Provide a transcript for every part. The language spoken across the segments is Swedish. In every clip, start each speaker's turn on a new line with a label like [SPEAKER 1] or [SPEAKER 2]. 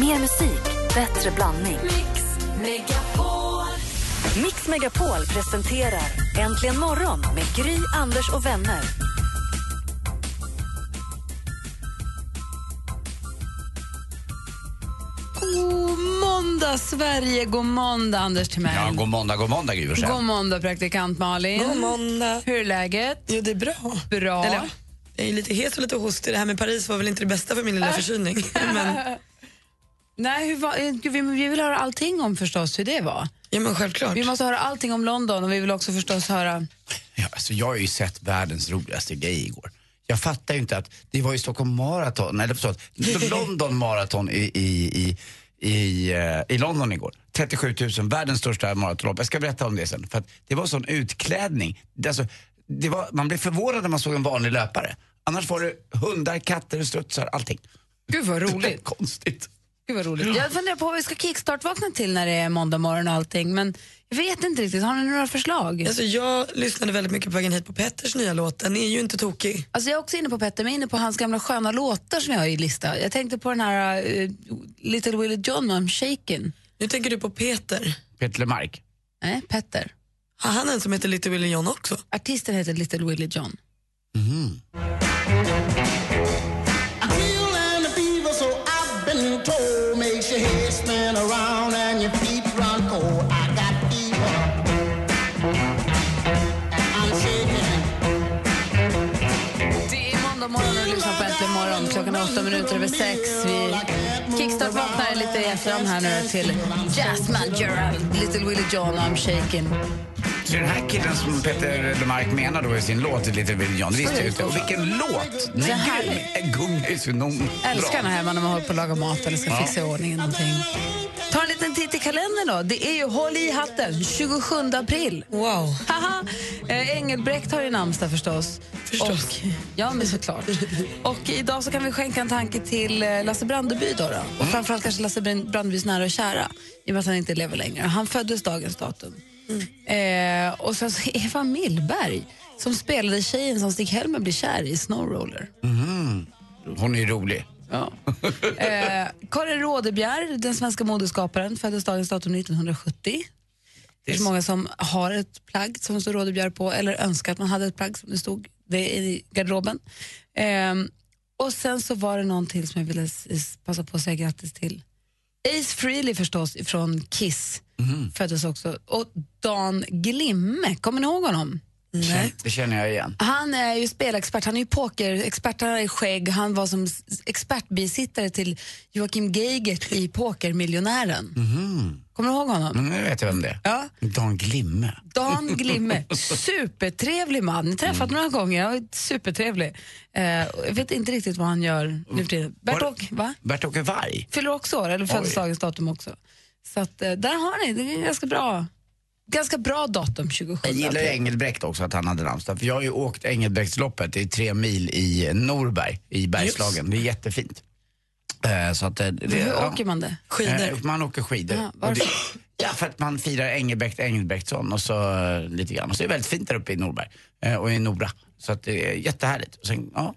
[SPEAKER 1] Mer musik, bättre blandning.
[SPEAKER 2] Mix Megapol.
[SPEAKER 1] Mix Megapol presenterar Äntligen morgon med Gry, Anders och vänner.
[SPEAKER 3] God måndag, Sverige! God måndag, Anders Timell.
[SPEAKER 4] Ja, god måndag, god måndag Gry Forssell.
[SPEAKER 3] God måndag, praktikant Malin.
[SPEAKER 5] God måndag.
[SPEAKER 3] Hur är läget?
[SPEAKER 5] Jo, det är bra.
[SPEAKER 3] Bra.
[SPEAKER 5] Eller, jag är lite het och lite hostig. Det här med Paris var väl inte det bästa för min lilla förkylning. Men,
[SPEAKER 3] Nej, hur var, eh, gud, vi, vi vill höra allting om förstås hur det var.
[SPEAKER 5] ja, men självklart.
[SPEAKER 3] Vi måste höra allting om London och vi vill också förstås höra...
[SPEAKER 4] Ja, alltså, jag har ju sett världens roligaste grej igår. Jag fattar ju inte att det var ju Stockholm Marathon, eller förlåt, London Marathon i, i, i, i, eh, i London igår. 37 000, världens största maratonlopp. Jag ska berätta om det sen. För att det var sån utklädning. Det, alltså, det var, man blev förvånad när man såg en vanlig löpare. Annars var det hundar, katter, studsar, allting.
[SPEAKER 3] Gud, vad roligt.
[SPEAKER 4] Konstigt.
[SPEAKER 3] Gud vad roligt. Jag funderar på vad vi ska kickstart-vakna till när det är måndag morgon och allting, men jag vet inte riktigt. Har ni några förslag?
[SPEAKER 5] Alltså, jag lyssnade väldigt mycket på vägen hit på Petters nya låt. Den är ju inte tokig.
[SPEAKER 3] Alltså jag är också inne på Petter, men jag är inne på hans gamla sköna låtar som jag har i lista. Jag tänkte på den här eh, Little Willie John med I'm shaken.
[SPEAKER 5] Nu tänker du på Peter.
[SPEAKER 4] Peter Lemark.
[SPEAKER 3] Nej, Petter.
[SPEAKER 5] Har han en som heter Little Willie John också?
[SPEAKER 3] Artisten heter Little Willie John.
[SPEAKER 6] Real and the fever, so I've been told. Makes your head spin around and your feet run cold. I got fever. And I'm shaking.
[SPEAKER 3] Det är måndag morgon och du lyssnar på Äntligen morgon. Klockan är åtta minuter över sex. Vi kickstart-vaknar lite i efterhand här nu till Jasmine Gerald, Little Willie John och I'm shaken.
[SPEAKER 4] Så den här killen som Peter Lemark menar då i sin låt Little Willie John, det visste jag ju inte. Och vilken låt! Den
[SPEAKER 3] Det
[SPEAKER 4] är
[SPEAKER 3] här-
[SPEAKER 4] grym! En gunga är så enormt
[SPEAKER 3] Älskar den
[SPEAKER 4] bra.
[SPEAKER 3] här när man håller på att laga mat eller ska fixa i ordning någonting. Ta en liten titt i kalendern då. Det är ju Håll i hatten, 27 april.
[SPEAKER 5] Wow.
[SPEAKER 3] Haha! Eh, Engelbrekt har ju namnsdag förstås.
[SPEAKER 5] Förstås.
[SPEAKER 3] Och, ja, men såklart. Och idag så kan vi skänka en tanke till eh, Lasse Brandeby då, då. och framförallt kanske Lasse Brand- Brandebys nära och kära i och med att han inte lever längre. Han föddes dagens datum. Eh, och sen så Eva Millberg som spelade tjejen som Stig-Helmer blir kär i, Snowroller.
[SPEAKER 4] Hon är ju rolig.
[SPEAKER 3] Ja. Eh, Karin Rådebjer, den svenska modeskaparen, föddes dagens datum 1970. Det är så många som har ett plagg som står Rådebjer på eller önskar att man hade ett plagg som det stod det i garderoben. Ehm, och sen så var det någon till som jag ville s- s- passa på att säga grattis till. Ace Frehley förstås från Kiss föddes också. Och Dan Glimme, kommer ni ihåg honom?
[SPEAKER 4] Nej. Det känner jag igen.
[SPEAKER 3] Han är ju spelexpert, han är ju pokerexpert, han är skägg. Han var som s- expertbisittare till Joakim Geigert i Pokermiljonären.
[SPEAKER 4] Mhm.
[SPEAKER 3] Kommer du ihåg honom?
[SPEAKER 4] Men nu vet jag vem det är.
[SPEAKER 3] Ja.
[SPEAKER 4] Dan Glimme.
[SPEAKER 3] Dan Glimme, supertrevlig man. Ni har
[SPEAKER 4] Mm.
[SPEAKER 3] träffat några gånger, han är supertrevlig. Eh, jag vet inte riktigt vad han gör nu för tiden. Bert-Åke, va?
[SPEAKER 4] Bert-Åke Varg.
[SPEAKER 3] Fyller också år, eller föddes dagens datum också. Så att, eh, där har ni, det är ganska bra. Ganska bra datum, 27
[SPEAKER 4] Jag gillar ju
[SPEAKER 3] april.
[SPEAKER 4] Engelbrekt också att han hade namnsdag. För jag har ju åkt Engelbrektsloppet, det är tre mil i Norberg i Bergslagen. Det är jättefint. Eh, Så att eh, det,
[SPEAKER 3] Hur
[SPEAKER 4] ja.
[SPEAKER 3] åker man det?
[SPEAKER 4] Eh,
[SPEAKER 5] Skidor.
[SPEAKER 4] Man åker skidor.
[SPEAKER 3] Ja,
[SPEAKER 4] Och det,
[SPEAKER 3] varför?
[SPEAKER 4] ja, för att man firar Engelbrekt Engelbrektsson och så eh, lite grann. Och så är det väldigt fint där uppe i Norberg eh, och i Nora. Så att det är jättehärligt. Och sen, ja,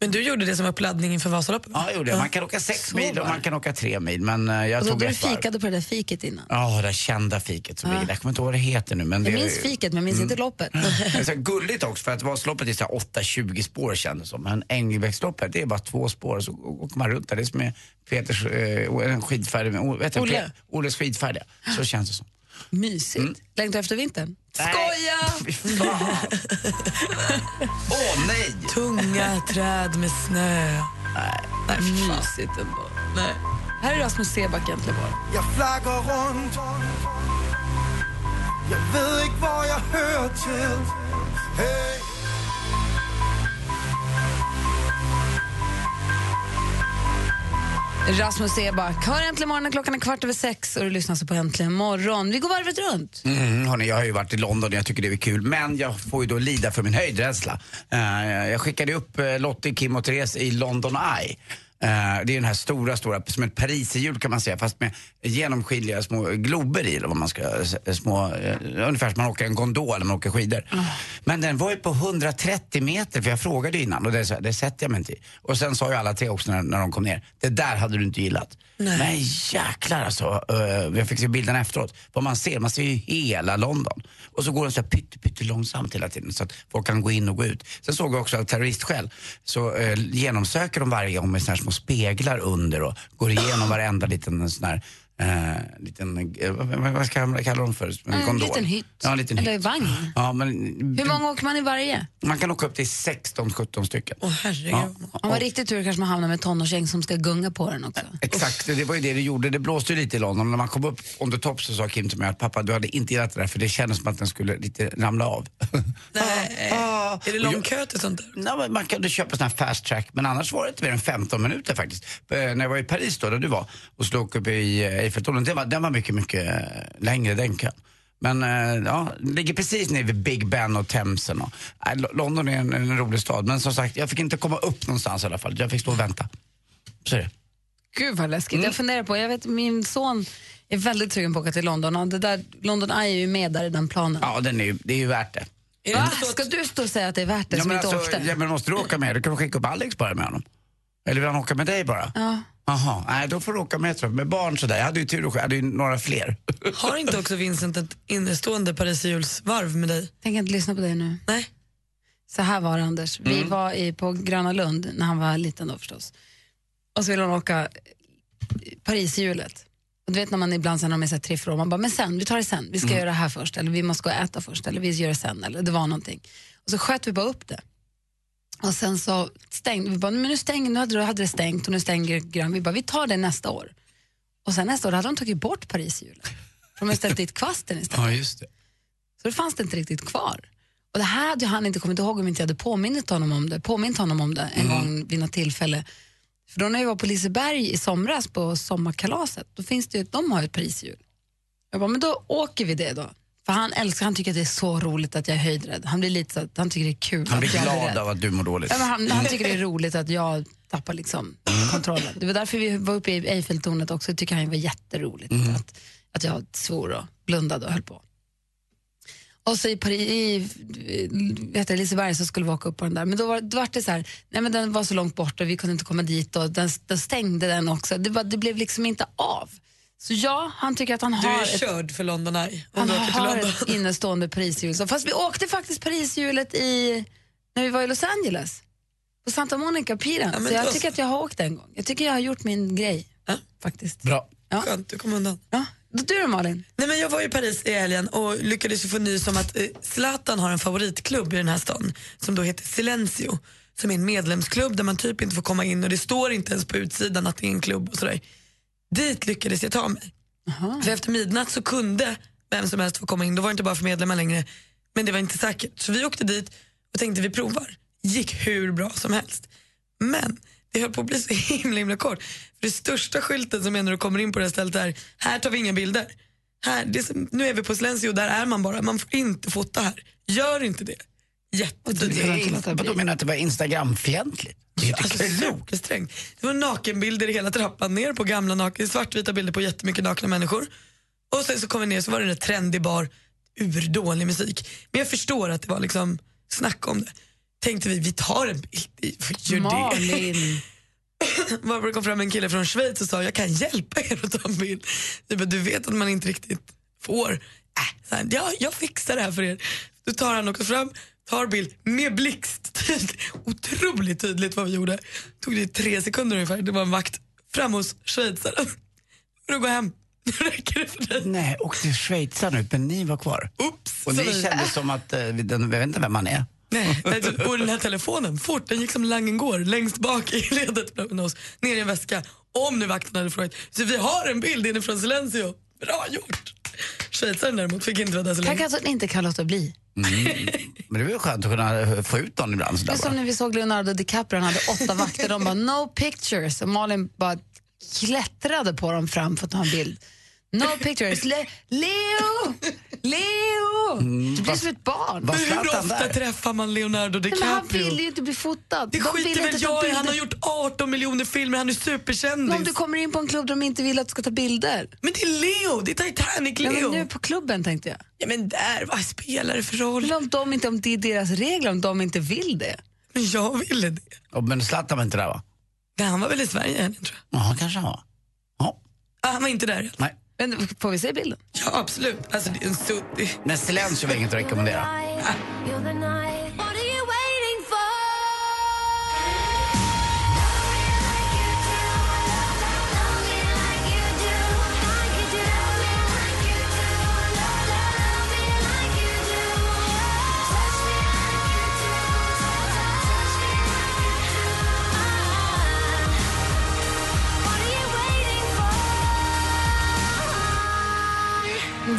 [SPEAKER 5] Men du gjorde det som uppladdning inför Vasaloppet?
[SPEAKER 4] ja, jag gjorde det. Man kan åka sex
[SPEAKER 3] Så
[SPEAKER 4] mil och
[SPEAKER 3] var
[SPEAKER 4] man
[SPEAKER 3] det.
[SPEAKER 4] kan åka tre mil. Men eh, jag
[SPEAKER 3] Och då
[SPEAKER 4] tog
[SPEAKER 3] Alltså, du
[SPEAKER 4] rätt varv.
[SPEAKER 3] fikade på det där fiket innan.
[SPEAKER 4] Ja, det där kända fiket som ligger. Jag kommer inte ihåg vad det heter nu. Men
[SPEAKER 3] Jag
[SPEAKER 4] det,
[SPEAKER 3] minns fiket men jag minns inte loppet.
[SPEAKER 4] Det är så gulligt också för att Vasaloppet är så här 8-20 spår kändes det som. Men Engelbrektsloppet det är bara två spår så åker man runt där. Det är som med Peters eh, o- en skidfärd, med, o- vet du,
[SPEAKER 3] Olle.
[SPEAKER 4] Pe- Olles skidfärd ja. Så känns det som.
[SPEAKER 3] Mysigt. Längtar efter vintern?
[SPEAKER 4] Nej, fy fan. Åh nej!
[SPEAKER 5] Tunga träd med snö.
[SPEAKER 3] Nej, mysigt ändå. Nej. Här är Rasmus Seback egentligen bara.
[SPEAKER 7] Jeg flakker rundt Jeg ved ikke, hvor jeg hører til Hey
[SPEAKER 3] Rasmus Seback. Hör Äntligen morgon klockan är kvart över sex och du lyssnar så på Äntligen morgon. Vi går varvet runt.
[SPEAKER 4] Mm, hörni, jag har ju varit i London och jag tycker det är kul. Men jag får ju då lida för min höjdrädsla. Eh, jag skickade upp eh, Lottie, Kim och Therese i London Eye. Eh, det är den här stora, stora, som ett pariserhjul kan man säga, fast med genomskinliga små glober i, eller vad man ska, s- små, eh, ungefär som man åker en gondol när man åker skidor. Men den var ju på 130 meter, för jag frågade innan och det, är så här, det sätter jag mig inte i. Och sen sa ju alla tre också när, när de kom ner, det där hade du inte gillat. Men jäklar alltså, eh, jag fick se bilderna efteråt, vad man ser, man ser ju hela London. Och så går den så här pytte, pytte långsamt hela tiden så att folk kan gå in och gå ut. Sen såg jag också av terroristskäl så eh, genomsöker de varje gång med såna här små speglar under och går igenom varenda liten sån här eh, liten, eh, vad, vad- vad ska man kalla dem för? En
[SPEAKER 3] En
[SPEAKER 4] gondol.
[SPEAKER 3] liten hytt.
[SPEAKER 4] Ja, en liten
[SPEAKER 3] Eller
[SPEAKER 4] hytt.
[SPEAKER 3] vagn.
[SPEAKER 4] Ja, men,
[SPEAKER 3] Hur
[SPEAKER 4] Mm.
[SPEAKER 3] många åker man i varje?
[SPEAKER 4] Man kan åka upp till 16-17 stycken.
[SPEAKER 5] Åh herregud.
[SPEAKER 4] Ja.
[SPEAKER 3] Om man har riktigt tur kanske man hamnar med ett tonårsgäng som ska gunga på den också.
[SPEAKER 4] Exakt, det var ju det det gjorde. Det blåste ju lite i London. När man kom upp on the top så sa Kim till mig att pappa du hade inte gillat det där för det kändes som att den skulle lite ramla av.
[SPEAKER 5] Nej.
[SPEAKER 4] Ah, ah.
[SPEAKER 5] Är det lång kö till sånt där?
[SPEAKER 4] Nej, men man kunde köpa sån här fast track, men annars var det inte mer än 15 minuter faktiskt. Eh, när jag var i Paris då, där du var, och skulle åka upp i eh, Eiffeltornet, den var, den var mycket, mycket eh, längre den kön. Men eh, ja, det ligger precis nere vid Big Ben och Themsen. Och, nej, Lo- London är en, en rolig stad, men som sagt, jag fick inte komma upp någonstans i alla fall. Jag fick stå och vänta. Så är det.
[SPEAKER 3] Gud vad läskigt. Jag funderar på, jag vet min son är väldigt sugen på att åka till London och det där, London Eye är ju med där i den planen.
[SPEAKER 4] Ja, den är, ju- det är ju värt det.
[SPEAKER 5] Är det
[SPEAKER 3] Va?
[SPEAKER 5] inte så
[SPEAKER 3] Ska
[SPEAKER 5] att,
[SPEAKER 3] du stå och säga att det är värt det
[SPEAKER 4] Ja,
[SPEAKER 3] som
[SPEAKER 4] men,
[SPEAKER 3] inte
[SPEAKER 4] alltså,
[SPEAKER 3] åkte?
[SPEAKER 4] ja, men måste du åka med? Då kan du skicka upp Alex bara med honom. Eller vill han åka med dig bara?
[SPEAKER 3] Ja.
[SPEAKER 4] Jaha, nej då får du åka med tror jag. Med barn sådär. Jag hade ju tur och jag hade ju några fler.
[SPEAKER 5] har inte också Vincent ett innestående pariserhjulsvarv med dig?
[SPEAKER 3] Tänk inte lyssna på dig nu.
[SPEAKER 5] Nej.
[SPEAKER 3] Så här var det Anders, vi var i, på Gröna Lund när han var liten då förstås. Och så ville han åka Parishjulet. Och du vet när man ibland sen när de är så här triffror, man bara, men sen, vi tar det sen, vi ska göra det här först, eller vi måste gå och äta först, eller vi gör det sen, eller det var någonting. Och så sköt vi bara upp det. Och sen så stängde vi, bara, men nu, stäng, nu hade det- hade det stängt och nu stänger Grön, vi bara, vi tar det nästa år. Och sen nästa år hade de tagit bort Parishjulet. De har ställt dit kvasten istället.
[SPEAKER 4] Ja, just det.
[SPEAKER 3] Så då fanns det inte riktigt kvar. Och det här hade ju han inte kommit ihåg om inte jag hade påminnit honom om det, påmint honom om det en
[SPEAKER 4] Mm.
[SPEAKER 3] gång vid något tillfälle. För då när vi var på Liseberg i somras på sommarkalaset, då finns det ju, de har ju ett prishjul. Jag bara, men då åker vi det då. För han älskar, han tycker att det är så roligt att jag är höjdrädd. Han blir lite så att han tycker det är kul
[SPEAKER 4] Han
[SPEAKER 3] att
[SPEAKER 4] blir
[SPEAKER 3] jag blir
[SPEAKER 4] glad
[SPEAKER 3] rädd.
[SPEAKER 4] av att du mår dåligt.
[SPEAKER 3] Ja, men han, han tycker det är roligt att jag tappar liksom kontrollen. Det var därför vi var uppe i Eiffeltornet också. Det tycker han var jätteroligt att, att jag svor och blundade och höll på. Och så i, Paris, i vet jag, Liseberg så skulle vi åka upp på den där. Men då var, då var det så här, nej men den var så långt bort och vi kunde inte komma dit och den, den stängde den också. Det, var, det blev liksom inte av. Så ja, han tycker att han
[SPEAKER 5] Du
[SPEAKER 3] har
[SPEAKER 5] är
[SPEAKER 3] ett
[SPEAKER 5] körd för London Eye om
[SPEAKER 3] han
[SPEAKER 5] du åker till
[SPEAKER 3] har
[SPEAKER 5] London.
[SPEAKER 3] ett innestående Parishjul. Så- Fast vi åkte faktiskt Parishjulet i, när vi var i Los Angeles. På Santa Monica-piren.
[SPEAKER 5] Ja, men
[SPEAKER 3] så jag
[SPEAKER 5] då
[SPEAKER 3] tycker
[SPEAKER 5] så.
[SPEAKER 3] att jag har åkt en gång. Jag tycker jag har gjort min grej.
[SPEAKER 5] Ja.
[SPEAKER 3] Faktiskt.
[SPEAKER 4] Bra.
[SPEAKER 3] Ja.
[SPEAKER 5] Skönt, du kom undan.
[SPEAKER 3] Ja. Då Du då Malin?
[SPEAKER 5] Nej, men jag var i Paris i helgen och lyckades ju få nys om att eh, Zlatan har en favoritklubb i den här stan som då heter Silencio. Som är en medlemsklubb där man typ inte får komma in och det står inte ens på utsidan att det är en klubb och sådär. Dit lyckades jag ta mig. För efter midnatt så kunde vem som helst få komma in. Då var det inte bara för medlemmar längre. Men det var inte säkert. Så vi åkte dit och tänkte vi provar. Gick hur bra som helst. Men det höll på att bli så himla himla kort. För det största skylten som är när du kommer in på det här stället är här tar vi inga bilder. Här, det är som, nu är vi på Silencio, där är man bara. Man får inte fota här. Gör inte det.
[SPEAKER 4] Det
[SPEAKER 5] Jättetydligt.
[SPEAKER 4] är
[SPEAKER 3] inte låta
[SPEAKER 4] in-
[SPEAKER 3] bli.
[SPEAKER 4] Vadå menar du att det var Instagramfientligt? Det är inte
[SPEAKER 5] Alltså,
[SPEAKER 4] klokt.
[SPEAKER 5] supersträngt. Det var nakenbilder i hela trappan ner på gamla naken, svartvita bilder på jättemycket nakna människor. Och sen så kom vi ner så var det en trendig bar, urdålig musik. Men jag förstår att det var liksom snack om det. Tänkte vi, vi tar en bild. Vi gör det.
[SPEAKER 3] Malin.
[SPEAKER 5] Barbro kom fram en kille från Schweiz och sa jag kan hjälpa er att ta en bild. Vi bara, du vet att man inte riktigt får. Äh, så här, ja, jag fixar det här för er. Då tar han också fram, tar bild med blixt. Tydligt. Otroligt tydligt vad vi gjorde. Tog det tre sekunder ungefär. Det var en vakt fram hos schweizaren. Får du gå hem. Nu räcker det för dig.
[SPEAKER 4] Nej, åkte till Schweiz nu, men ni var kvar.
[SPEAKER 5] Oops,
[SPEAKER 4] Och
[SPEAKER 5] sa
[SPEAKER 4] ni
[SPEAKER 5] vi.
[SPEAKER 4] kändes som att, eh, den, jag vet inte vem man är.
[SPEAKER 5] Nej, nej, du- och den här telefonen, fort, den gick som langen går, längst bak i ledet bland oss, ner i en väska. Om nu vakten hade frågat. Så vi har en bild inifrån Silencio. Bra gjort! Schweizaren däremot fick inte vara där så
[SPEAKER 3] Tack
[SPEAKER 5] länge.
[SPEAKER 3] att hon inte kan låta bli.
[SPEAKER 4] Men det var ju skönt att kunna eh, få ut någon ibland
[SPEAKER 3] Det
[SPEAKER 4] sådär
[SPEAKER 3] är som
[SPEAKER 4] bara.
[SPEAKER 3] när vi såg Leonardo DiCaprio, han hade åtta vakter. De bara no pictures. Och Malin bara klättrade på dem fram för att ta en bild. No pictures. Le- Leo! Leo!
[SPEAKER 5] Mm.
[SPEAKER 3] Du blir som ett barn.
[SPEAKER 4] Vad
[SPEAKER 5] Hur
[SPEAKER 4] Zlatan
[SPEAKER 5] ofta
[SPEAKER 4] där?
[SPEAKER 5] träffar man Leonardo
[SPEAKER 3] Nej, men han
[SPEAKER 5] DiCaprio?
[SPEAKER 3] vill ju inte bli fotad.
[SPEAKER 5] det
[SPEAKER 3] De vill
[SPEAKER 5] skiter
[SPEAKER 3] inte
[SPEAKER 5] väl
[SPEAKER 3] ta
[SPEAKER 5] jag i,
[SPEAKER 3] bilder.
[SPEAKER 5] han har gjort 18 miljoner filmer, han är
[SPEAKER 3] Men
[SPEAKER 5] superkändis.
[SPEAKER 3] Om du kommer in på en klubb där de inte vill att du ska ta bilder.
[SPEAKER 5] Men det är Leo, det är Titanic
[SPEAKER 3] Ja,
[SPEAKER 5] Leo.
[SPEAKER 3] men nu på klubben tänkte jag.
[SPEAKER 5] Ja, men där, vad spelar det för
[SPEAKER 3] Men
[SPEAKER 5] roll?
[SPEAKER 3] om, de inte, om det är deras regler, om de inte vill det.
[SPEAKER 5] Men jag ville det.
[SPEAKER 4] Ja, Men Zlatan var inte där va?
[SPEAKER 5] Nej, han var väl i Sverige tror jag.
[SPEAKER 4] Ja, kanske han var. Ja,
[SPEAKER 5] Ah, han var inte där.
[SPEAKER 4] nej.
[SPEAKER 3] Men får vi se bilden?
[SPEAKER 5] Ja, absolut. Alltså, det är en suddig...
[SPEAKER 4] Men Silencio var inget att rekommendera.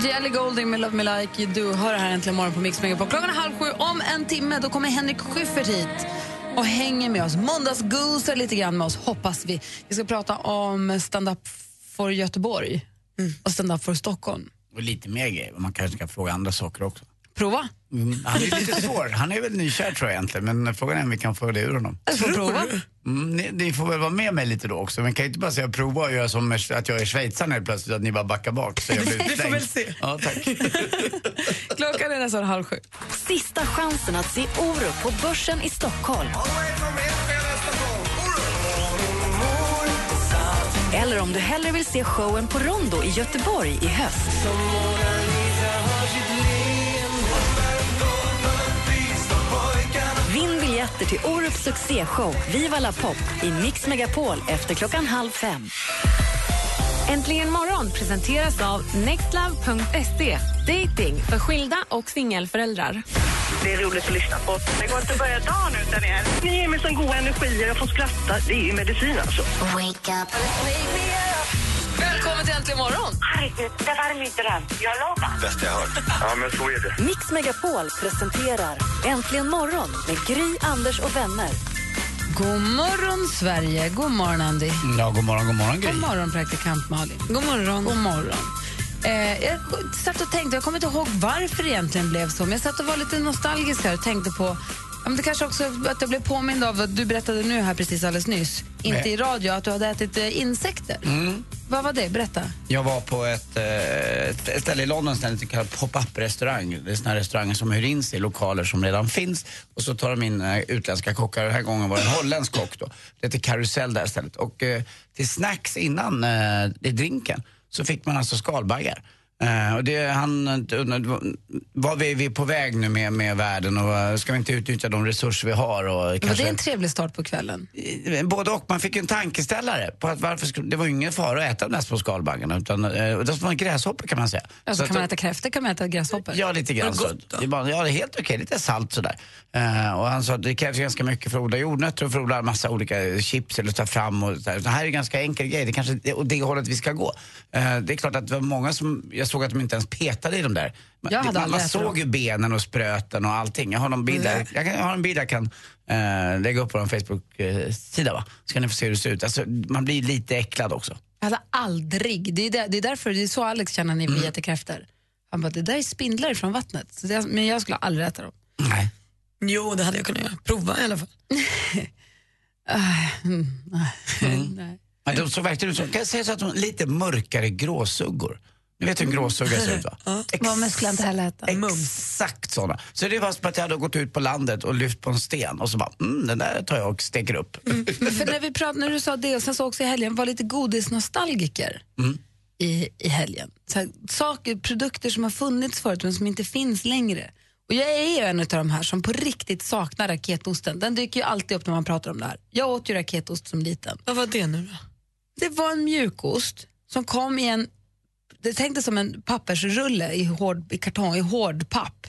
[SPEAKER 3] Jelly Golding med Love Me Like You Do hör det här äntligen morgon på Mix Megapol. Klockan är halv sju. Om en timme då kommer Henrik Schyffert hit och hänger med oss. Måndagsgosar lite grann med oss, hoppas vi. Vi ska prata om stand-up för Göteborg
[SPEAKER 5] Mm.
[SPEAKER 3] och stand-up för Stockholm.
[SPEAKER 4] Och lite mer grejer. Man kanske kan fråga andra saker också.
[SPEAKER 3] Prova.
[SPEAKER 4] Mm, han är ju lite svår. Han är väl nykär tror jag egentligen. Men frågan är om vi kan få det ur honom.
[SPEAKER 3] Jag får prova.
[SPEAKER 4] Mm, ni, ni får väl vara med mig lite då också. Men kan ju inte bara säga prova och göra som att jag är schweizaren helt plötsligt. Att ni bara backar bak. Så jag blir
[SPEAKER 5] Vi får
[SPEAKER 4] utslängd.
[SPEAKER 5] väl se.
[SPEAKER 4] Ja, tack.
[SPEAKER 3] Klockan är nästan halv sju.
[SPEAKER 1] Sista chansen att se Orup på Börsen i Stockholm. Eller om du hellre vill se showen på Rondo i Göteborg i höst. Vinn biljetter till Orups succéshow Viva La Pop i Mix Megapol efter klockan halv fem.
[SPEAKER 8] Äntligen morgon presenteras av nextlove.se. Dating för skilda och singelföräldrar.
[SPEAKER 9] Det är roligt att lyssna på. Det går inte att börja dagen utan er. Ni ger mig sån god energi och jag får skratta. Det är ju medicin alltså.
[SPEAKER 3] Välkommen till Äntligen morgon.
[SPEAKER 9] Herregud, det var min dröm. Jag lovar.
[SPEAKER 10] Bästa jag hört. Ja, men så är det.
[SPEAKER 1] Mix Megapol presenterar Äntligen morgon med Gry, Anders och vänner.
[SPEAKER 3] God morgon, Sverige. God morgon, Andy.
[SPEAKER 4] Ja, god morgon, god morgon Gry.
[SPEAKER 3] God morgon, praktikant Malin. God morgon. God morgon. Eh, jag satt och tänkte, jag kommer inte ihåg varför det egentligen blev så, men jag satt och var lite nostalgisk här och tänkte på Ja, men det kanske också att jag blev påmind av vad du berättade nu här precis alldeles nyss, inte
[SPEAKER 4] Nej. Mm.
[SPEAKER 3] i radio, att du hade ätit eh, insekter. Vad var det? Berätta.
[SPEAKER 4] Jag var på ett, eh, ett ett ställe i London som heter kallad pop-up restaurang. Det är såna här restauranger som hyr in sig i lokaler som redan finns och så tar de in eh, utländska kockar. Den här gången var det en holländsk kock då. Det heter Karusell där stället. Och eh, till snacks innan eh, i drinken så fick man alltså skalbaggar. Eh, och det, han, eh, vad vi, vi är på väg nu med, med världen och eh, ska vi inte utnyttja de resurser vi har? Och
[SPEAKER 3] Var
[SPEAKER 4] kanske...
[SPEAKER 3] det en trevlig start på kvällen?
[SPEAKER 4] Eh, Både och. Man fick ju en tankeställare. På att varför skulle, det var ju ingen fara att äta de där små skalbaggarna. Utan, eh, och det var en gräshoppor kan man säga.
[SPEAKER 3] Alltså,
[SPEAKER 4] Så
[SPEAKER 3] kan
[SPEAKER 4] att-
[SPEAKER 3] man äta kräftor kan man äta gräshoppor.
[SPEAKER 4] Ja, lite grann. så. Det är bara, ja, det är helt okej. Lite salt sådär. Eh, och han sa att det krävs ju ganska mycket för att odla jordnötter och för att odla massa olika chips eller ta fram och sådär. Så det här är en ganska enkel grej. Det kanske är åt det hållet vi ska gå. Eh, det är klart att det var många som, jag såg att de inte ens petade i de där. Man,
[SPEAKER 3] Jag hade
[SPEAKER 4] man,
[SPEAKER 3] aldrig
[SPEAKER 4] man
[SPEAKER 3] ätit dem. Mm.
[SPEAKER 4] såg ju benen och spröten och allting. Jag har någon bild där. Jag, kan, jag har en bild jag kan eh, lägga upp på vår Facebook-sida va? Så kan ni få se hur det ser ut. Alltså, man blir lite äcklad också.
[SPEAKER 3] Jag hade aldrig, det är, där, det är därför, det är så Alex känner när vi
[SPEAKER 4] Mm.
[SPEAKER 3] äter kräftor. Han bara, det där är spindlar från vattnet. Så det, men jag skulle aldrig äta dem.
[SPEAKER 4] Nej.
[SPEAKER 5] Jo, det hade jag kunnat göra. Prova i alla fall.
[SPEAKER 4] Mm.
[SPEAKER 3] Nej.
[SPEAKER 4] Men de såg verkligen ut som, kan jag säga så att de lite mörkare gråsuggor. Ni vet hur en gråsugga ser ut va?
[SPEAKER 3] Vad men skulle jag inte heller äta.
[SPEAKER 4] Exakt sådana. Så det var som att jag hade gått ut på landet och lyft på en sten och så bara, mm, den där tar jag och steker upp.
[SPEAKER 3] För när, vi pratade, när du sa det och sen så också i helgen, var lite godisnostalgiker i, i helgen. Så här, saker, produkter som har funnits förut men som inte finns längre. Och jag är ju en av de här som på riktigt saknar raketosten. Den dyker ju alltid upp när man pratar om det här. Jag åt ju raketost som liten.
[SPEAKER 5] Vad var det nu då?
[SPEAKER 3] Det var en mjukost som kom i en, det tänktes som en pappersrulle i, hård, i kartong, i hård papp.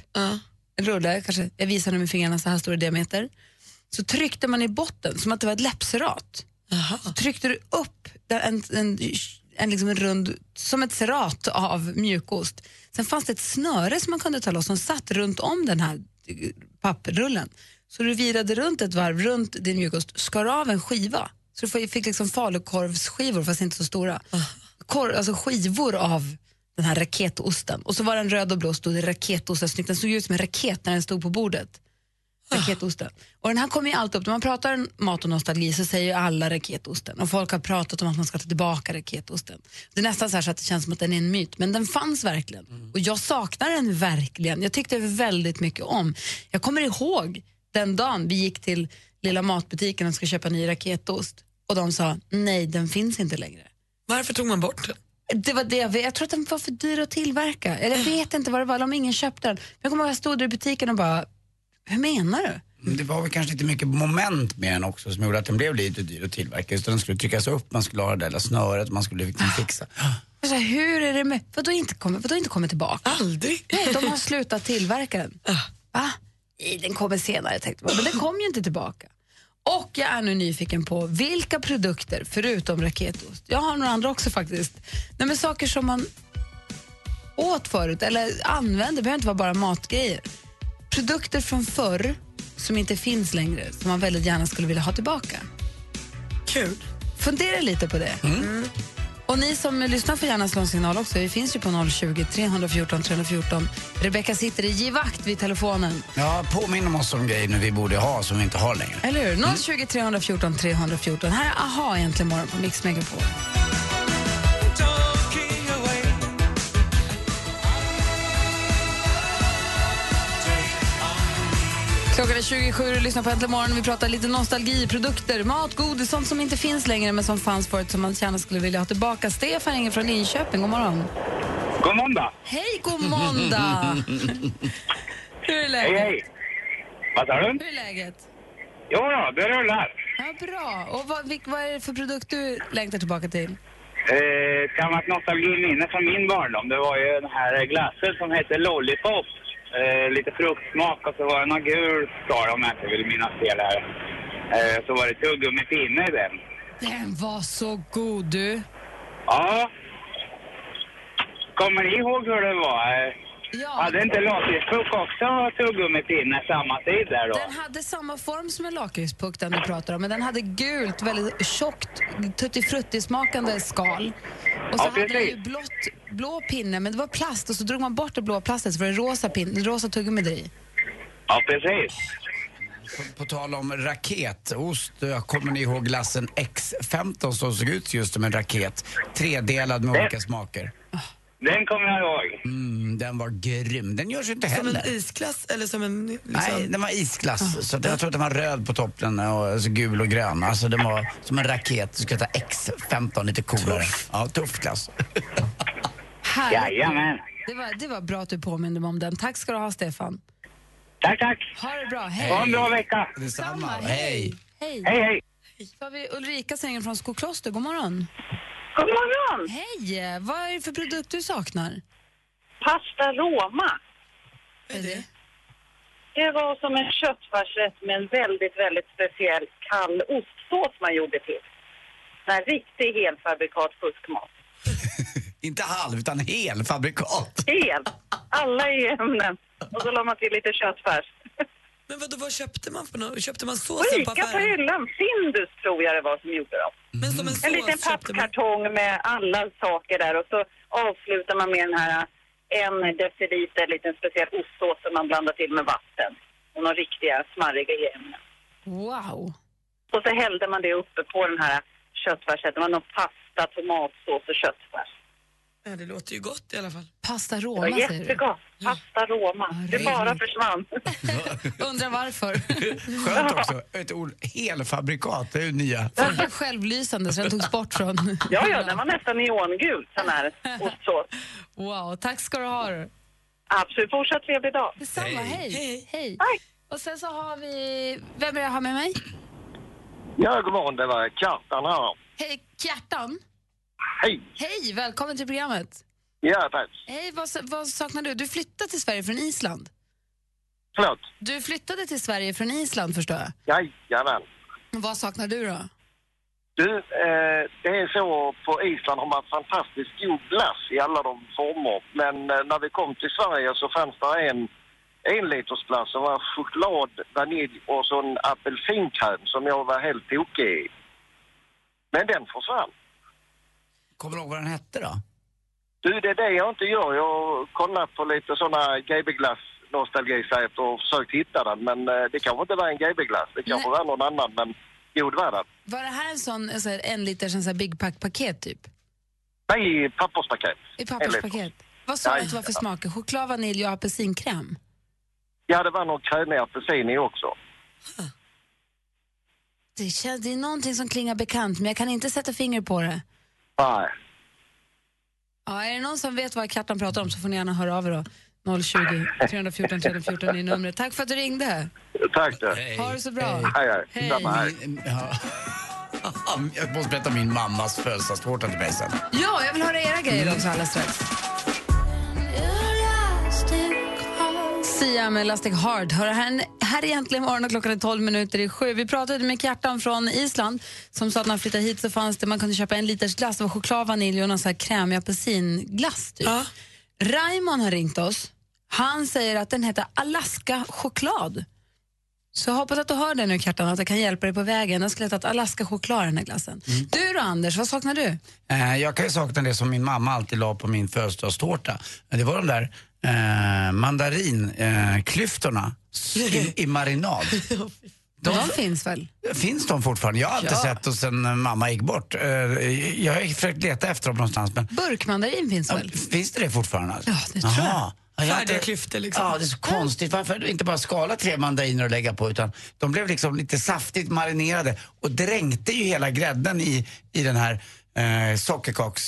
[SPEAKER 3] En rulle, kanske, jag visar nu med fingrarna så här stora diameter. Så tryckte man i botten som att det var ett läppserat. Så tryckte du upp där en, en, en, liksom en rund, som ett serat av mjukost. Sen fanns det ett snöre som man kunde ta loss som satt runt om den här eh, papperrullen. Så du virade runt ett varv runt din mjukost, skar av en skiva. Så du fick- fick liksom falukorvsskivor fast inte så stora. kor, alltså skivor av den här raketosten. Och så var den röd och blå och stod det raketosten snyggt. Den såg ut som en raket när den stod på bordet. Raketosten. Och den här kommer ju alltid upp. När man pratar mat och nostalgi så säger ju alla raketosten. Och folk har pratat om att man ska ta tillbaka raketosten. Det är nästan så, här så att det känns som att den är en myt, men den fanns verkligen. Och jag saknar den verkligen. Jag tyckte väldigt mycket om. Jag kommer ihåg den dagen vi gick till lilla matbutiken och skulle köpa ny raketost. Och de sa, nej den finns inte längre.
[SPEAKER 5] Varför tog man bort den?
[SPEAKER 3] Det var det jag, vet. jag tror att den var för dyr att tillverka. Eller jag vet inte vad det var, eller om ingen köpte den. Men jag kommer ihåg att jag stod där i butiken och bara, hur menar du?
[SPEAKER 4] Men Det var väl kanske lite mycket moment med den också som gjorde att den blev lite dyr att tillverka. Just att den skulle tryckas upp, man skulle ha det där lilla snöret, man skulle liksom fixa.
[SPEAKER 3] Jag sa, hur är det med, vadå inte kommer, vadå inte kommer tillbaka?
[SPEAKER 5] Aldrig.
[SPEAKER 3] Nej, de har slutat tillverka den. Va? Nej, Den kommer senare tänkte man, men den kom ju inte tillbaka. Och jag är nu nyfiken på vilka produkter, förutom raketost, jag har några andra också faktiskt, Nej, men saker som man åt förut eller använde, det behöver inte vara bara matgrejer. Produkter från förr som inte finns längre, som man väldigt gärna skulle vilja ha tillbaka.
[SPEAKER 5] Kul.
[SPEAKER 3] Fundera lite på det. Och ni som lyssnar får gärna slå en signal också. Vi finns ju på 020 314 314. Rebecka sitter i givakt vid telefonen.
[SPEAKER 4] Ja, påminn om oss om grejer nu vi borde ha som vi inte har längre.
[SPEAKER 3] Eller hur? 020 314 314. Här är Aha egentligen morgon på Mix Megapol. Klockan är 27 och du lyssnar på Äntligen morgon. Vi pratar lite nostalgiprodukter, mat, godis, sånt som inte finns längre men som fanns förut som man gärna skulle vilja ha tillbaka. Stefan ringer från Linköping. God morgon.
[SPEAKER 11] God måndag!
[SPEAKER 3] Hej, god måndag! Hur är läget?
[SPEAKER 11] Hej, hej! Vad sa du?
[SPEAKER 3] Hur är läget?
[SPEAKER 11] Jo, ja, det rullar.
[SPEAKER 3] Ja, bra. Och vad, vilk, vad är det för produkt du längtar tillbaka till?
[SPEAKER 11] Eh, ett gammalt nostalgiminne från min barndom, det var ju den här glassen som hette Lollipop. Eh, lite fruktsmak och så var det någon gul skal om jag inte vill minnas fel här. Eh, så var det tuggummipinne i den.
[SPEAKER 3] Den var så god du!
[SPEAKER 11] Ja. Kommer ni ihåg hur det var? Eh,
[SPEAKER 3] Ja.
[SPEAKER 11] Hade inte lakritspuck också tuggummipinne samma tid där då?
[SPEAKER 3] Den hade samma form som en lakritspuck den du pratar om, men den hade gult, väldigt tjockt, tuttifrutti-smakande skal. Och så
[SPEAKER 11] Ja,
[SPEAKER 3] hade den ju
[SPEAKER 11] precis.
[SPEAKER 3] blått, blå pinne, men det var plast och så drog man bort det blå plastet så var det rosa, pinne, rosa tuggummi där i.
[SPEAKER 11] Ja, precis.
[SPEAKER 4] På tal om raketost, eh, kommer ni ihåg glassen X15 som såg ut just som en raket? Tredelad med olika smaker.
[SPEAKER 11] Den kommer jag ihåg.
[SPEAKER 4] Mm, den var grym. Den görs ju inte
[SPEAKER 5] Som
[SPEAKER 4] heller.
[SPEAKER 5] en isglass eller som en... Liksom,
[SPEAKER 4] Nej, den var isglass.
[SPEAKER 3] Ah.
[SPEAKER 4] Så att jag tror att den var röd på toppen och alltså, gul och grön. Alltså den var som en raket. Du ska ta X15, lite coolare. Ja, tuff glass.
[SPEAKER 3] Härligt.
[SPEAKER 4] Jajamän.
[SPEAKER 3] Det var, det var bra att du påminde mig om den. Tack ska du ha, Stefan.
[SPEAKER 11] Tack, tack!
[SPEAKER 3] Ha det bra. Hej!
[SPEAKER 11] Ha en bra vecka!
[SPEAKER 4] Detsamma.
[SPEAKER 3] Hej. Hej.
[SPEAKER 11] Hej, hej!
[SPEAKER 3] Så har vi Ulrika Sängen från Skokloster. God morgon.
[SPEAKER 12] God morgon!
[SPEAKER 3] Hej! Vad är det för produkt du saknar?
[SPEAKER 12] Pasta Roma.
[SPEAKER 3] Vad är det?
[SPEAKER 12] Det var som en köttfärsrätt med en väldigt, väldigt speciell kall ostsås man gjorde till. En här riktig helfabrikat fuskmat.
[SPEAKER 4] Inte halv, utan hel fabrikat.
[SPEAKER 12] Hel! Alla i ämnen. Och så la man till lite köttfärs.
[SPEAKER 5] Men vadå, vad köpte man för något? Köpte man
[SPEAKER 12] Och
[SPEAKER 5] såsen på
[SPEAKER 12] Ica på
[SPEAKER 5] affären?
[SPEAKER 12] hyllan. Findus tror jag det var som gjorde dem.
[SPEAKER 5] Men som en sås
[SPEAKER 12] Mm. En liten
[SPEAKER 5] köpte man.
[SPEAKER 12] pappkartong med alla saker där och så avslutar man med den här eh, en deciliter liten speciell ostsås som man blandar till med vatten och några riktiga smarriga ämnen.
[SPEAKER 3] Wow.
[SPEAKER 12] Och så hällde man det uppe på den här köttfärsen. Det var någon pasta, tomatsås och köttfärs.
[SPEAKER 5] Ja, det låter ju gott i alla fall.
[SPEAKER 3] Pasta
[SPEAKER 4] Alltså,
[SPEAKER 12] Det var
[SPEAKER 3] Roma, säger du.
[SPEAKER 12] jättegott. Pasta Roma. Det bara försvann.
[SPEAKER 3] Undrar varför.
[SPEAKER 4] Skönt också. Ett ord, helfabrikat, det är ju nya.
[SPEAKER 3] Den blev självlysande, så den togs bort från...
[SPEAKER 12] Ja, ja, den var nästan neongul, sån här ostsås.
[SPEAKER 3] Wow, tack ska du ha. du.
[SPEAKER 12] Absolut. Fortsatt trevlig dag.
[SPEAKER 3] Detsamma, hej. Hej. Och sen så har vi... Vem är det jag har med mig?
[SPEAKER 13] Ja, god morgon. Det var Kjartan här.
[SPEAKER 3] Hej, Kjartan.
[SPEAKER 13] Hej!
[SPEAKER 3] Hej, välkommen till programmet.
[SPEAKER 13] Ja, tack.
[SPEAKER 3] Hej, vad, sa- vad saknar du? Du flyttade till Sverige från Island.
[SPEAKER 13] Förlåt.
[SPEAKER 3] Du flyttade till Sverige från Island, förstår jag.
[SPEAKER 13] Jajamän.
[SPEAKER 3] Vad saknar du då?
[SPEAKER 13] Du, eh, det är så på Island har man fantastiskt god glass i alla de former. Men eh, när vi kom till Sverige så fanns det en enlitersglass som var choklad, vanilj och så en apelsinkräm som jag var helt tokig i. Men den försvann.
[SPEAKER 4] Kommer du ihåg vad den hette då?
[SPEAKER 13] Du, det är det jag inte gör. Jag har kollat på lite sådana GB-glass nostalgisajter och försökt hitta den. Men eh, det kanske inte var en GB-glass. Det kanske var någon annan, men god var den.
[SPEAKER 3] Var det här en sån en, sån här, en liters en sån här Big Pack-paket typ?
[SPEAKER 13] Nej, i papperspaket.
[SPEAKER 3] I
[SPEAKER 13] En liter.
[SPEAKER 3] papperspaket? Vad sa du
[SPEAKER 13] Nej.
[SPEAKER 3] att det var för smaker? Choklad, vanilj och apelsinkräm?
[SPEAKER 13] Ja, det var någon krämig apelsin i också.
[SPEAKER 3] Det, känns, det är någonting som klingar bekant, men jag kan inte sätta finger på det.
[SPEAKER 13] Nej.
[SPEAKER 3] Ja, är det någon som vet vad Kjartan pratar om så får ni gärna höra av er då. 020 314 314 är numret. Tack för att du ringde.
[SPEAKER 13] Tack du.
[SPEAKER 3] Ha det så bra.
[SPEAKER 13] Hej,
[SPEAKER 3] Hej.
[SPEAKER 13] hej. Samma här.
[SPEAKER 4] Min- ja. Jag måste berätta om min mammas födelsedagstårta till mig sen.
[SPEAKER 3] Ja, jag vill höra era grejer också alldeles strax. Sia med Elastic Heart. Hör här, en- här är egentligen morgon och klockan är 12 minuter i sju. Vi pratade med Kjartan från Island som sa att när han flyttade hit så fanns det, man kunde köpa en liters glass. Det var choklad, vanilj och någon sån här krämig apelsinglass typ. Raymond har ringt oss. Han säger att den heter Alaska choklad. Så jag hoppas att du hör det nu Kjartan, att jag kan hjälpa dig på vägen. Jag skulle heta Alaska choklad den här glassen. Du då Anders, vad saknar du?
[SPEAKER 4] Eh, jag kan ju sakna det som min mamma alltid la på min födelsedagstårta. Men Det var de där eh, mandarinklyftorna eh, klyftorna s- i, i marinad.
[SPEAKER 3] De, finns väl?
[SPEAKER 4] Finns de fortfarande? Jag har alltid
[SPEAKER 3] Ja.
[SPEAKER 4] sett dem sen eh, mamma gick bort. Eh, jag har försökt leta efter dem någonstans men
[SPEAKER 3] Burkmandarin finns väl?
[SPEAKER 4] Finns det det fortfarande?
[SPEAKER 3] Ja, det tror
[SPEAKER 4] Jaha. Ja, jag har
[SPEAKER 5] Färdiga
[SPEAKER 4] inte-
[SPEAKER 5] klyftor liksom.
[SPEAKER 4] Ja, det är så konstigt. Varför inte bara skala tre mandariner och lägga på? Utan de blev liksom lite saftigt marinerade och dränkte ju hela grädden i, i den här eh,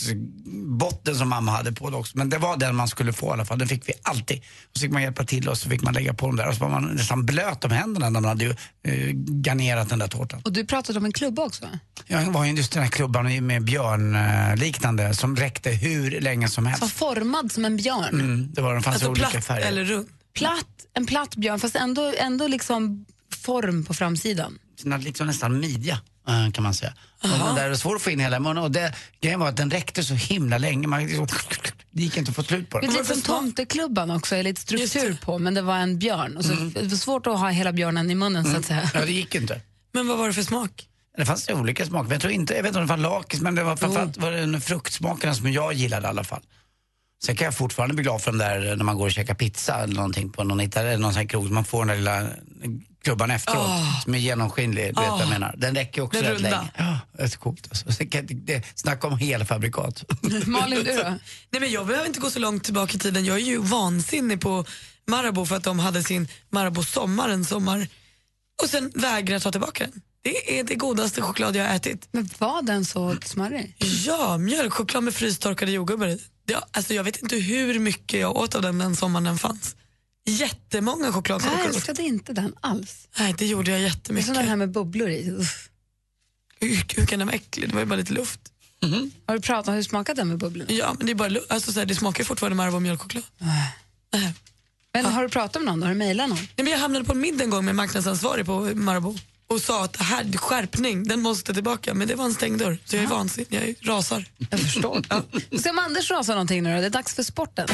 [SPEAKER 4] sockerkaksbotten som mamma hade på det också. Men det var den man skulle få i alla fall. Den fick vi alltid. Och så fick man hjälpa till och så fick man lägga på dem där. Och så var man nästan blöt om händerna när man hade ju, eh, garnerat den där tårtan.
[SPEAKER 3] Och du pratade om en klubba också?
[SPEAKER 4] Jag var ju just den här klubban med björnliknande eh, liknande som räckte hur länge som
[SPEAKER 3] Som
[SPEAKER 4] helst.
[SPEAKER 3] formad som en björn?
[SPEAKER 4] Mm, det var, de fanns
[SPEAKER 5] Alltså
[SPEAKER 4] olika
[SPEAKER 5] platt
[SPEAKER 4] färger.
[SPEAKER 5] eller rund?
[SPEAKER 3] Platt, en platt björn fast ändå, ändå liksom form på framsidan.
[SPEAKER 4] sina, liksom nästan midja eh, kan man säga. Och den där är svår att få in hela munnen. Och det, grejen var att den räckte så himla länge. Man, liksom, det gick inte att få slut på
[SPEAKER 3] Det
[SPEAKER 4] den.
[SPEAKER 3] är lite som tomteklubban också, är lite struktur på men det var en björn. Och så,
[SPEAKER 5] Mm.
[SPEAKER 3] Det var svårt att ha hela björnen i munnen så att säga.
[SPEAKER 4] Ja, det gick inte.
[SPEAKER 5] Men vad var det för smak?
[SPEAKER 4] Det fanns ju olika smaker. Men jag, tror inte, jag vet inte om det var lakrits, men det var
[SPEAKER 5] Mm.
[SPEAKER 4] framförallt var det den fruktsmakerna som jag gillade i alla fall. Sen kan jag fortfarande bli glad för den där eh, när man går och käkar pizza eller någonting på någon, ital- eller någon sån här krog. så Man får den där lilla klubban efteråt
[SPEAKER 5] Ah.
[SPEAKER 4] som är genomskinlig. Du vet vad jag
[SPEAKER 5] Ah.
[SPEAKER 4] menar. Den räcker ju också
[SPEAKER 5] Den
[SPEAKER 4] rätt
[SPEAKER 5] runda.
[SPEAKER 4] länge. Ja, det är så coolt alltså. Sen kan- det- Snacka om helfabrikat.
[SPEAKER 3] Malin, du då?
[SPEAKER 5] Nej, men jag behöver inte gå så långt tillbaka i tiden. Jag är ju vansinnig på Marabou för att de hade sin Marabou sommar en sommar och sen vägrar ta tillbaka den. Det är det godaste choklad jag har ätit.
[SPEAKER 3] Men var den så smarrig?
[SPEAKER 5] Ja, mjölkchoklad med frystorkade jordgubbar i. Ja, alltså jag vet inte hur mycket jag åt av den den sommaren den fanns. Jättemånga
[SPEAKER 3] Jag
[SPEAKER 5] chokladkakor.
[SPEAKER 3] älskade inte den alls.
[SPEAKER 5] Nej, det gjorde jag
[SPEAKER 3] Det är
[SPEAKER 5] jättemycket.
[SPEAKER 3] som den här med bubblor i. Uff.
[SPEAKER 5] Hur, hur kan den vara äcklig? Det var ju bara lite luft.
[SPEAKER 3] Har du pratat om hur smakade den med bubblorna?
[SPEAKER 5] Ja, men det, är bara, lu- alltså, så här, det smakar ju fortfarande Marabou mjölkchoklad.
[SPEAKER 3] Men har du pratat om någon då? Har du mejlat någon?
[SPEAKER 5] Nej, men jag hamnade på en middag en gång med marknadsansvarig på Marabou och sa att det här det är skärpning, den måste tillbaka. Men det var en stängd dörr, så jag är vansinnig, jag rasar.
[SPEAKER 3] Jag förstår. ja. Vi ska se om Anders rasar någonting nu då. Det är dags för sporten.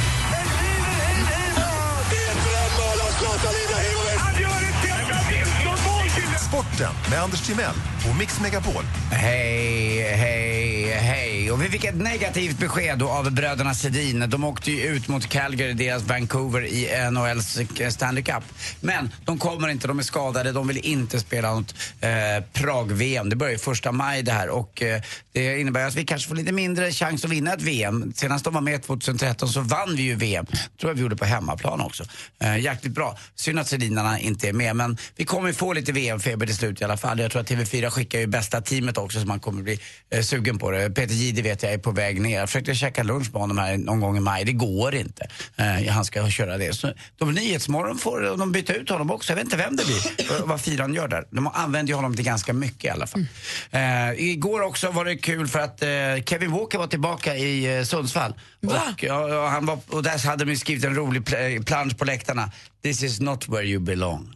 [SPEAKER 14] Sporten med Anders Timell och Mix Megapol.
[SPEAKER 4] Hej, hej, hej. Och vi fick ett negativt besked då av bröderna Sedin. De åkte ju ut mot Calgary, deras Vancouver, i NHLs Stanley Cup. Men de kommer inte, de är skadade, de vill inte spela något eh, Prag-VM. Det börjar ju första maj det här och eh, det innebär att vi kanske får lite mindre chans att vinna ett VM. Senast de var med 2013 så vann vi ju VM. tror jag vi gjorde på hemmaplan också. Eh, jäkligt bra. Synd att Sedinarna inte är med men vi kommer ju få lite VM-feber till slut i alla fall. Jag tror att TV4 skickar ju bästa teamet också så man kommer bli eh, sugen på det. Peter Jihde vet jag är på väg ner. Jag försökte käka lunch med honom här någon gång i maj. Det går inte. Eh, han ska köra det. Så de Nyhetsmorgon får de byta ut honom också. Jag vet inte vem det blir. eh, vad fyran gör där. De använder ju honom till ganska mycket i alla fall. Eh, igår också var det kul för att eh, Kevin Walker var tillbaka i eh, Sundsvall. Och, ja, ja, han var, och där hade de ju skrivit en rolig pl- eh, plansch på läktarna. This is not where you belong.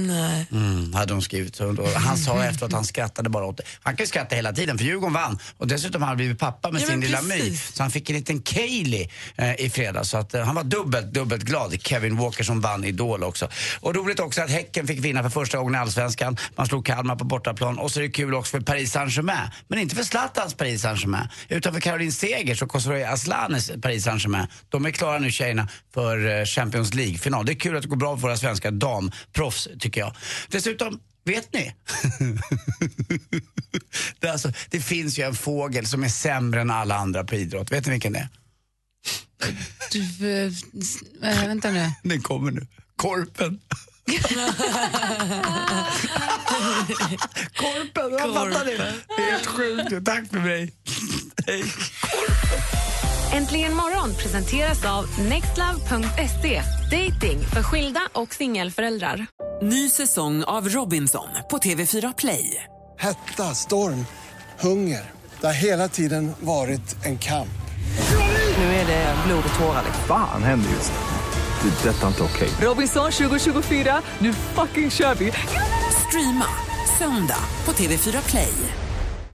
[SPEAKER 15] Nej.
[SPEAKER 4] Mm, hade hon skrivit. Och då- Han sa
[SPEAKER 15] Mm.
[SPEAKER 4] efter att han skrattade bara åt det. Han kan ju skratta hela tiden för Djurgården vann. Och dessutom har han blivit pappa med
[SPEAKER 15] Ja,
[SPEAKER 4] sin
[SPEAKER 15] men
[SPEAKER 4] lilla My.
[SPEAKER 15] precis.
[SPEAKER 4] Så han fick en liten Kaeli eh, i fredags. Så att, eh, han var dubbelt, dubbelt glad. Kevin Walker som vann Idol också. Och roligt också att Häcken fick vinna för första gången i Allsvenskan. Man slog Kalmar på bortaplan. Och så är det kul också för Paris Saint-Germain. Men inte för Zlatans Paris Saint-Germain. Utan för Caroline Segers och Kosovare Aslanes Paris Saint-Germain. De är klara nu tjejerna för eh, Champions League-final. Det är kul att det går bra för våra svenska damproffs tycker jag. Dessutom, vet ni? det, är alltså, det finns ju en fågel som är sämre än alla andra på idrott. Vet ni vilken det är?
[SPEAKER 3] Du, eh, s- eh, vänta nu.
[SPEAKER 4] Den kommer nu. Korpen. Korpen, jag fattar det. Det är helt sjukt. Tack för mig.
[SPEAKER 1] Äntligen morgon presenteras av nextlove.se. Dating för skilda och singelföräldrar.
[SPEAKER 5] Ny säsong av Robinson på TV4 Play.
[SPEAKER 13] Hetta, storm, hunger. Det har hela tiden varit en kamp.
[SPEAKER 5] Nu är det blod och tårar.
[SPEAKER 16] Fan händer just nu. Det. är Detta är inte okej.
[SPEAKER 5] Robinson 2024, nu fucking kör vi! Streama söndag på TV4 Play.